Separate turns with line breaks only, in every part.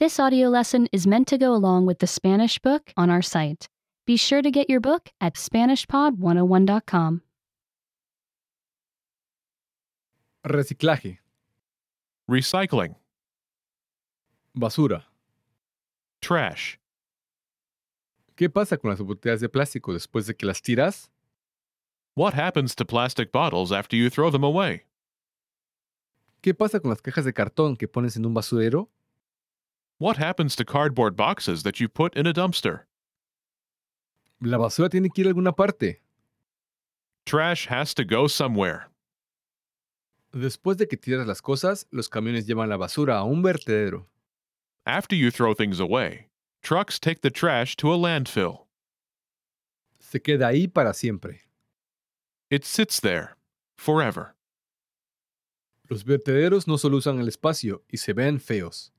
This audio lesson is meant to go along with the Spanish book on our site. Be sure to get your book at SpanishPod101.com.
Reciclaje,
recycling,
basura.
trash,
¿Qué pasa con las botellas de plástico después de que las tiras?
what happens to plastic bottles after you throw them away,
¿Qué pasa con las cajas de cartón que pones en un basurero?
what happens to cardboard boxes that you put in a dumpster.
La basura tiene que ir a alguna parte.
Trash has to go somewhere.
Después de que tiras las cosas, los camiones llevan la basura a un vertedero.
After you throw things away, trucks take the trash to a landfill.
Se queda ahí para siempre.
It sits there forever.
Los vertederos no solo usan el espacio y se ven feos.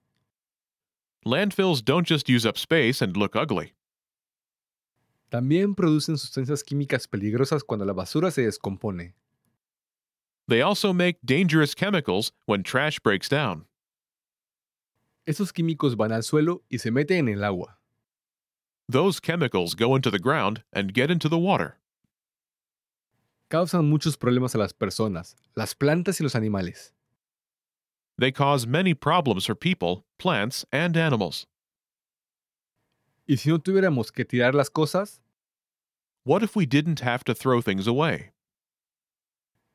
Landfills don't just use up space and look ugly.
También producen sustancias químicas peligrosas cuando la basura se descompone.
They also make dangerous chemicals when trash breaks down.
Esos químicos van al suelo y se meten en el agua.
Those chemicals go into the ground and get into the water.
Causan muchos problemas a las personas, las plantas y los animales.
They cause many problems for people, plants, and animals.
¿Y si no tuviéramos que tirar las cosas?
What if we didn't have to throw things away?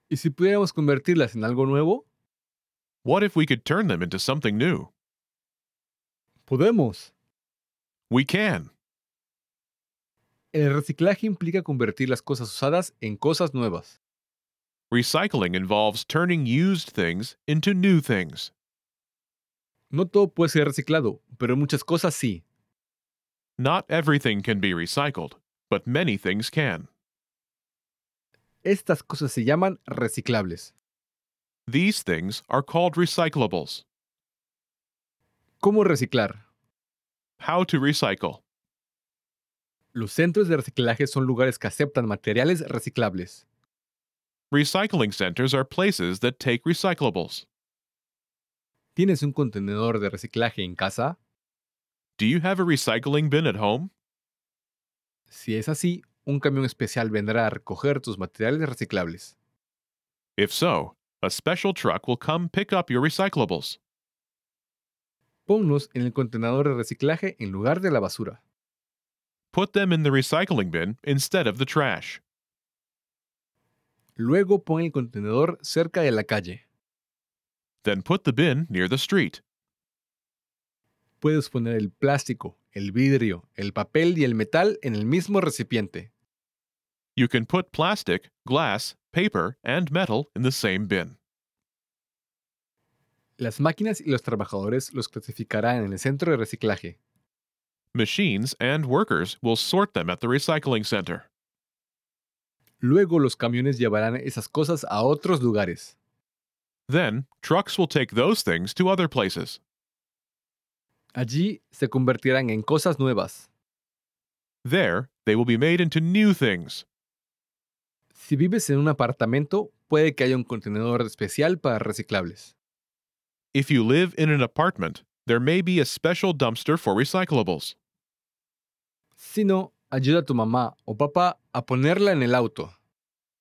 ¿Y si pudiéramos convertirlas en algo nuevo?
What if we could turn them into something new?
Podemos.
We can.
El reciclaje implica convertir las cosas usadas en cosas nuevas.
Recycling involves turning used things into new things.
No todo puede ser reciclado, pero muchas cosas sí.
Not everything can be recycled, but many things can.
Estas cosas se llaman reciclables.
These things are called recyclables.
¿Cómo reciclar?
How to recycle.
Los centros de reciclaje son lugares que aceptan materiales reciclables.
Recycling centers are places that take recyclables.
¿Tienes un contenedor de reciclaje en casa?
Do you have a recycling bin at home?
Si es así, un camión especial vendrá a recoger tus materiales reciclables.
If so, a special truck will come pick up your recyclables.
Ponlos en el contenedor de reciclaje en lugar de la basura.
Put them in the recycling bin instead of the trash.
Luego pon el contenedor cerca de la calle.
Then put the bin near the street.
Puedes poner el plástico, el vidrio, el papel y el metal en el mismo recipiente.
You can put plastic, glass, paper, and metal in the same bin.
Las máquinas y los trabajadores los clasificarán en el centro de reciclaje.
Machines and workers will sort them at the recycling center.
Luego los camiones llevarán esas cosas a otros lugares.
Then, trucks will take those things to other places.
Allí se convertirán en cosas nuevas.
There, they will be made into new things.
Si vives en un apartamento, puede que haya un contenedor especial para reciclables.
If you live in an apartment, there may be a special dumpster for recyclables.
Si no, ayuda a tu mamá o papá a ponerla en el auto.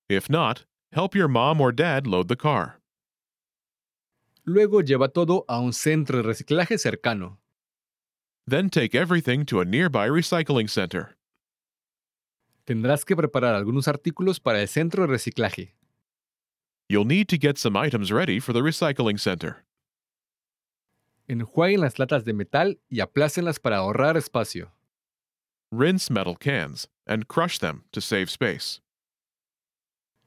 If not, help your mom or dad load the car.
Luego lleva todo a un centro de reciclaje cercano.
Then take everything to a nearby recycling center.
Tendrás que preparar algunos artículos para el centro de reciclaje.
You'll need to get some items ready for the recycling center.
Enjuaguen las latas de metal y aplácenlas para ahorrar espacio.
Rinse metal cans and crush them to save space.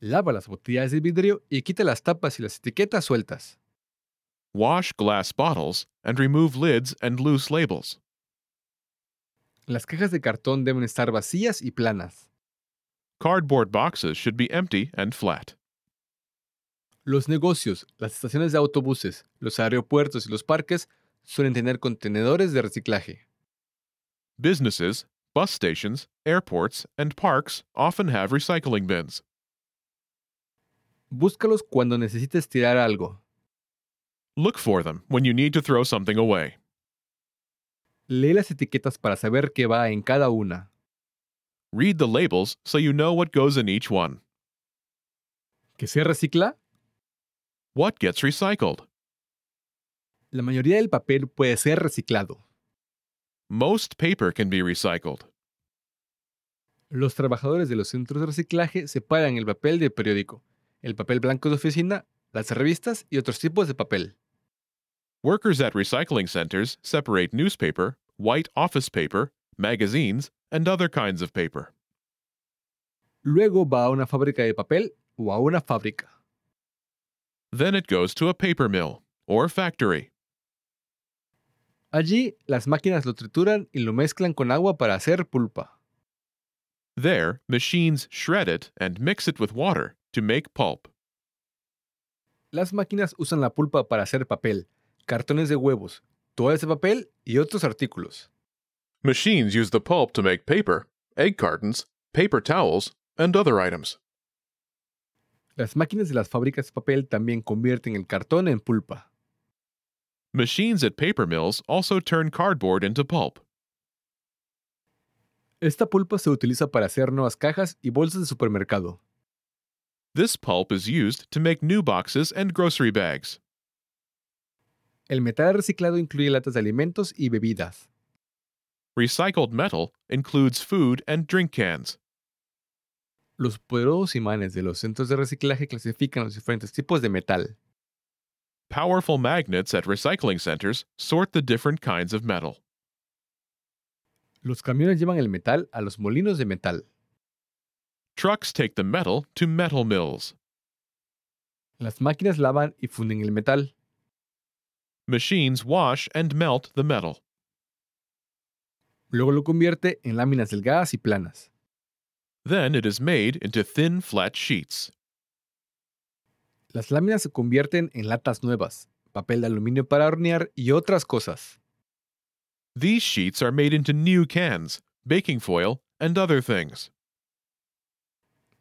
Lava las botellas de vidrio y quita las tapas y las etiquetas sueltas.
Wash glass bottles and remove lids and loose labels.
Las cajas de cartón deben estar vacías y planas.
Cardboard boxes should be empty and flat.
Los negocios, las estaciones de autobuses, los aeropuertos y los parques suelen tener contenedores de reciclaje.
Businesses, bus stations, airports, and parks often have recycling bins.
Búscalos cuando necesites tirar algo.
Look for them when you need to throw something away.
Lee las etiquetas para saber qué va en cada una.
Read the labels so you know what goes in each one.
¿Qué se recicla?
What gets recycled?
La mayoría del papel puede ser reciclado.
Most paper can be recycled.
Los trabajadores de los centros de reciclaje separan el papel del periódico, el papel blanco de oficina, las revistas y otros tipos de papel.
Workers at recycling centers separate newspaper, white office paper, magazines, and other kinds of paper.
Luego va a una fábrica de papel o a una fábrica.
Then it goes to a paper mill or factory.
Allí las máquinas lo trituran y lo mezclan con agua para hacer pulpa.
There, machines shred it and mix it with water to make pulp.
Las máquinas usan la pulpa para hacer papel, cartones de huevos, toallas de papel y otros artículos.
Machines use the pulp to make paper, egg cartons, paper towels, and other items.
Las máquinas de las fábricas de papel también convierten el cartón en pulpa.
Machines at paper mills also turn cardboard into pulp.
Esta pulpa se utiliza para hacer nuevas cajas y bolsas de supermercado.
This pulp is used to make new boxes and grocery bags.
El metal reciclado incluye latas de alimentos y bebidas.
Recycled metal includes food and drink cans.
Los poderosos imanes de los centros de reciclaje clasifican los diferentes tipos de metal.
Powerful magnets at recycling centers sort the different kinds of metal.
Los camiones llevan el metal a los molinos de metal.
Trucks take the metal to metal mills.
Las máquinas lavan y funden el metal.
Machines wash and melt the metal.
Luego lo convierte en láminas delgadas y planas.
Then it is made into thin, flat sheets.
Las láminas se convierten en latas nuevas, papel de aluminio para hornear y otras cosas.
These sheets are made into new cans, baking foil, and other things.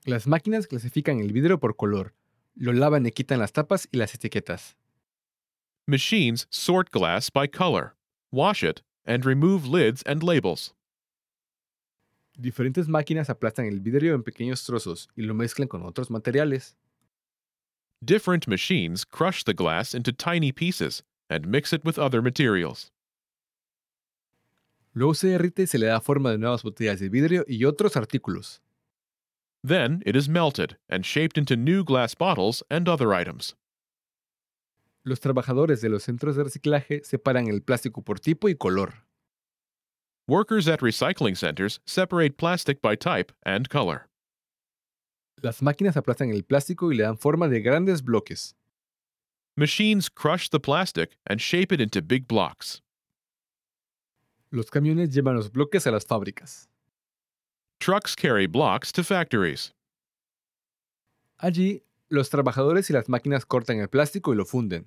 Las máquinas clasifican el vidrio por color, lo lavan y quitan las tapas y las etiquetas.
Machines sort glass by color, wash it, and remove lids and labels.
Diferentes máquinas aplastan el vidrio en pequeños trozos y lo mezclan con otros materiales.
Different machines crush the glass into tiny pieces and mix it with other materials.
Luego se derrite y se le da forma de nuevas botellas de vidrio y otros artículos.
Then it is melted and shaped into new glass bottles and other items.
Los trabajadores de los centros de reciclaje separan el plástico por tipo y color.
Workers at recycling centers separate plastic by type and color.
Las máquinas aplastan el plástico y le dan forma de grandes bloques.
Machines crush the plastic and shape it into big blocks.
Los camiones llevan los bloques a las fábricas.
Trucks carry blocks to factories.
Allí, los trabajadores y las máquinas cortan el plástico y lo funden.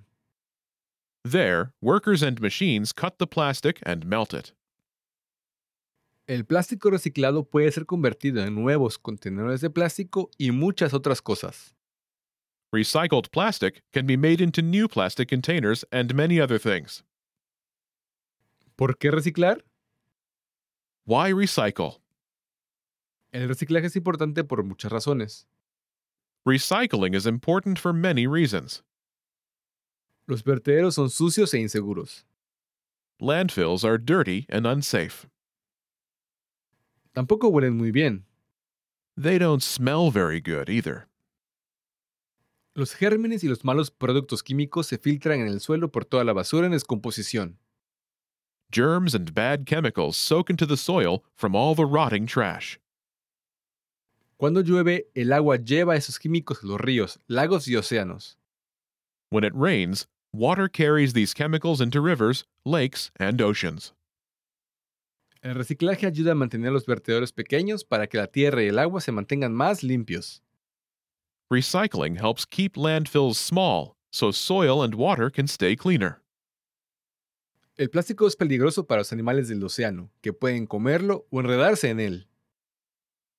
There, workers and machines cut the plastic and melt it.
El plástico reciclado puede ser convertido en nuevos contenedores de plástico y muchas otras cosas.
Recycled plastic can be made into new plastic containers and many other things.
¿Por qué reciclar?
Why recycle?
El reciclaje es importante por muchas razones.
Recycling is important for many reasons.
Los vertederos son sucios e inseguros.
Landfills are dirty and unsafe.
Tampoco huelen muy bien.
They don't smell very good either.
Los gérmenes y los malos productos químicos se filtran en el suelo por toda la basura en descomposición.
Germs and bad chemicals soak into the soil from all the rotting trash.
Cuando llueve, el agua lleva esos químicos a los ríos, lagos y océanos.
When it rains, water carries these chemicals into rivers, lakes, and oceans.
El reciclaje ayuda a mantener los vertederos pequeños para que la tierra y el agua se mantengan más limpios.
Recycling helps keep landfills small so soil and water can stay cleaner.
El plástico es peligroso para los animales del océano, que pueden comerlo o enredarse en él.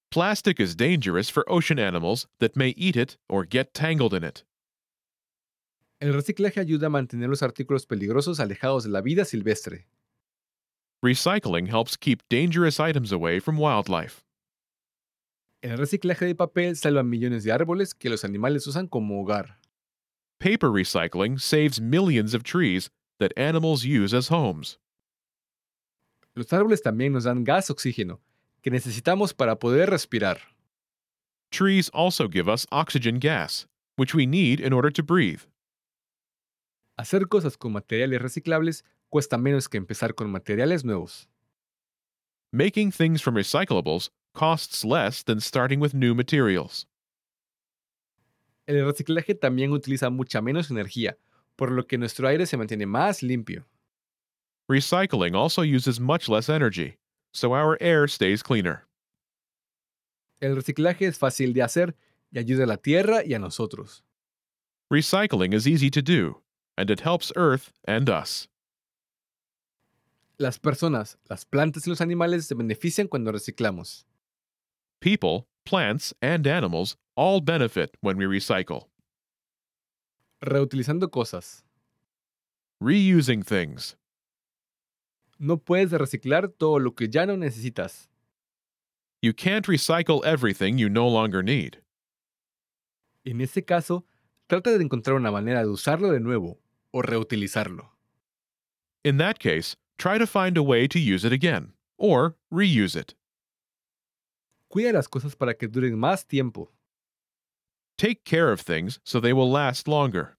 Plastic is dangerous for ocean animals that may eat it or get tangled in it.
El reciclaje ayuda a mantener los artículos peligrosos alejados de la vida silvestre.
Recycling helps keep dangerous items away from wildlife.
El reciclaje de papel salva millones de árboles que los animales usan como hogar.
Paper recycling saves millions of trees that animals use as homes.
Los árboles también nos dan gas oxígeno, que necesitamos para poder respirar.
Trees also give us oxygen gas, which we need in order to breathe.
Hacer cosas con materiales reciclables cuesta menos que empezar con materiales nuevos.
Making things from recyclables costs less than starting with new materials.
El reciclaje también utiliza mucha menos energía, por lo que nuestro aire se mantiene más limpio.
Recycling also uses much less energy, so our air stays cleaner.
El reciclaje es fácil de hacer y ayuda a la tierra y a nosotros.
Recycling is easy to do, and it helps Earth and us.
Las personas, las plantas y los animales se benefician cuando reciclamos.
People, plants, and animals all benefit when we recycle.
Reutilizando cosas.
Reusing things.
No puedes reciclar todo lo que ya no necesitas.
You can't recycle everything you no longer need.
En ese caso, trata de encontrar una manera de usarlo de nuevo o reutilizarlo.
In that case, try to find a way to use it again or reuse it.
Cuida las cosas para que duren más tiempo.
Take care of things so they will last longer.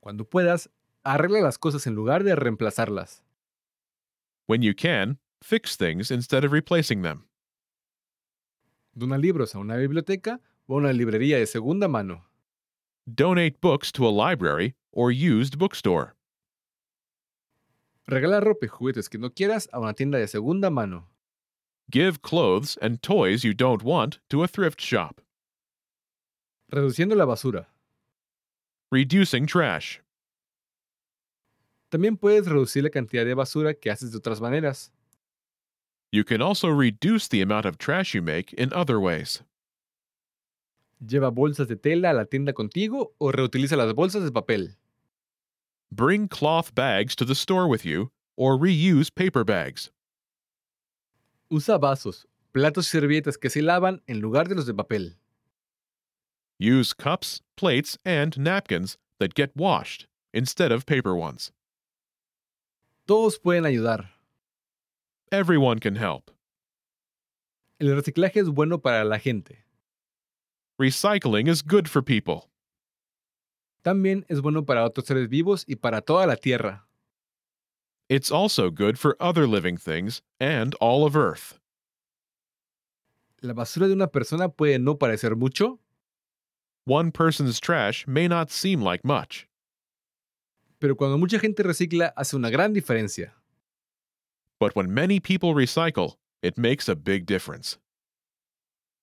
Cuando puedas, arregla las cosas en lugar de reemplazarlas.
When you can, fix things instead of replacing them.
Dona libros a una biblioteca o a una librería de segunda mano.
Donate books to a library or used bookstore.
Regala ropa y juguetes que no quieras a una tienda de segunda mano.
Give clothes and toys you don't want to a thrift shop.
Reduciendo la basura.
Reducing trash.
También puedes reducir la cantidad de basura que haces de otras maneras.
You can also reduce the amount of trash you make in other ways.
Lleva bolsas de tela a la tienda contigo o reutiliza las bolsas de papel.
Bring cloth bags to the store with you or reuse paper bags.
Usa vasos, platos y servilletas que se lavan en lugar de los de papel.
Use cups, plates, and napkins that get washed instead of paper ones.
Todos pueden ayudar.
Everyone can help.
El reciclaje es bueno para la gente.
Recycling is good for people.
También es bueno para otros seres vivos y para toda la Tierra.
It's also good for other living things and all of Earth.
La basura de una persona puede no parecer mucho,
One person's trash may not seem like much,
pero cuando mucha gente recicla hace una gran diferencia.
but when many people recycle, it makes a big difference.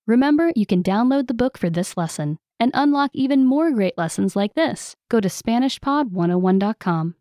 Remember, you can download the book for this oh lesson and unlock even more great lessons like this. Go to SpanishPod101.com.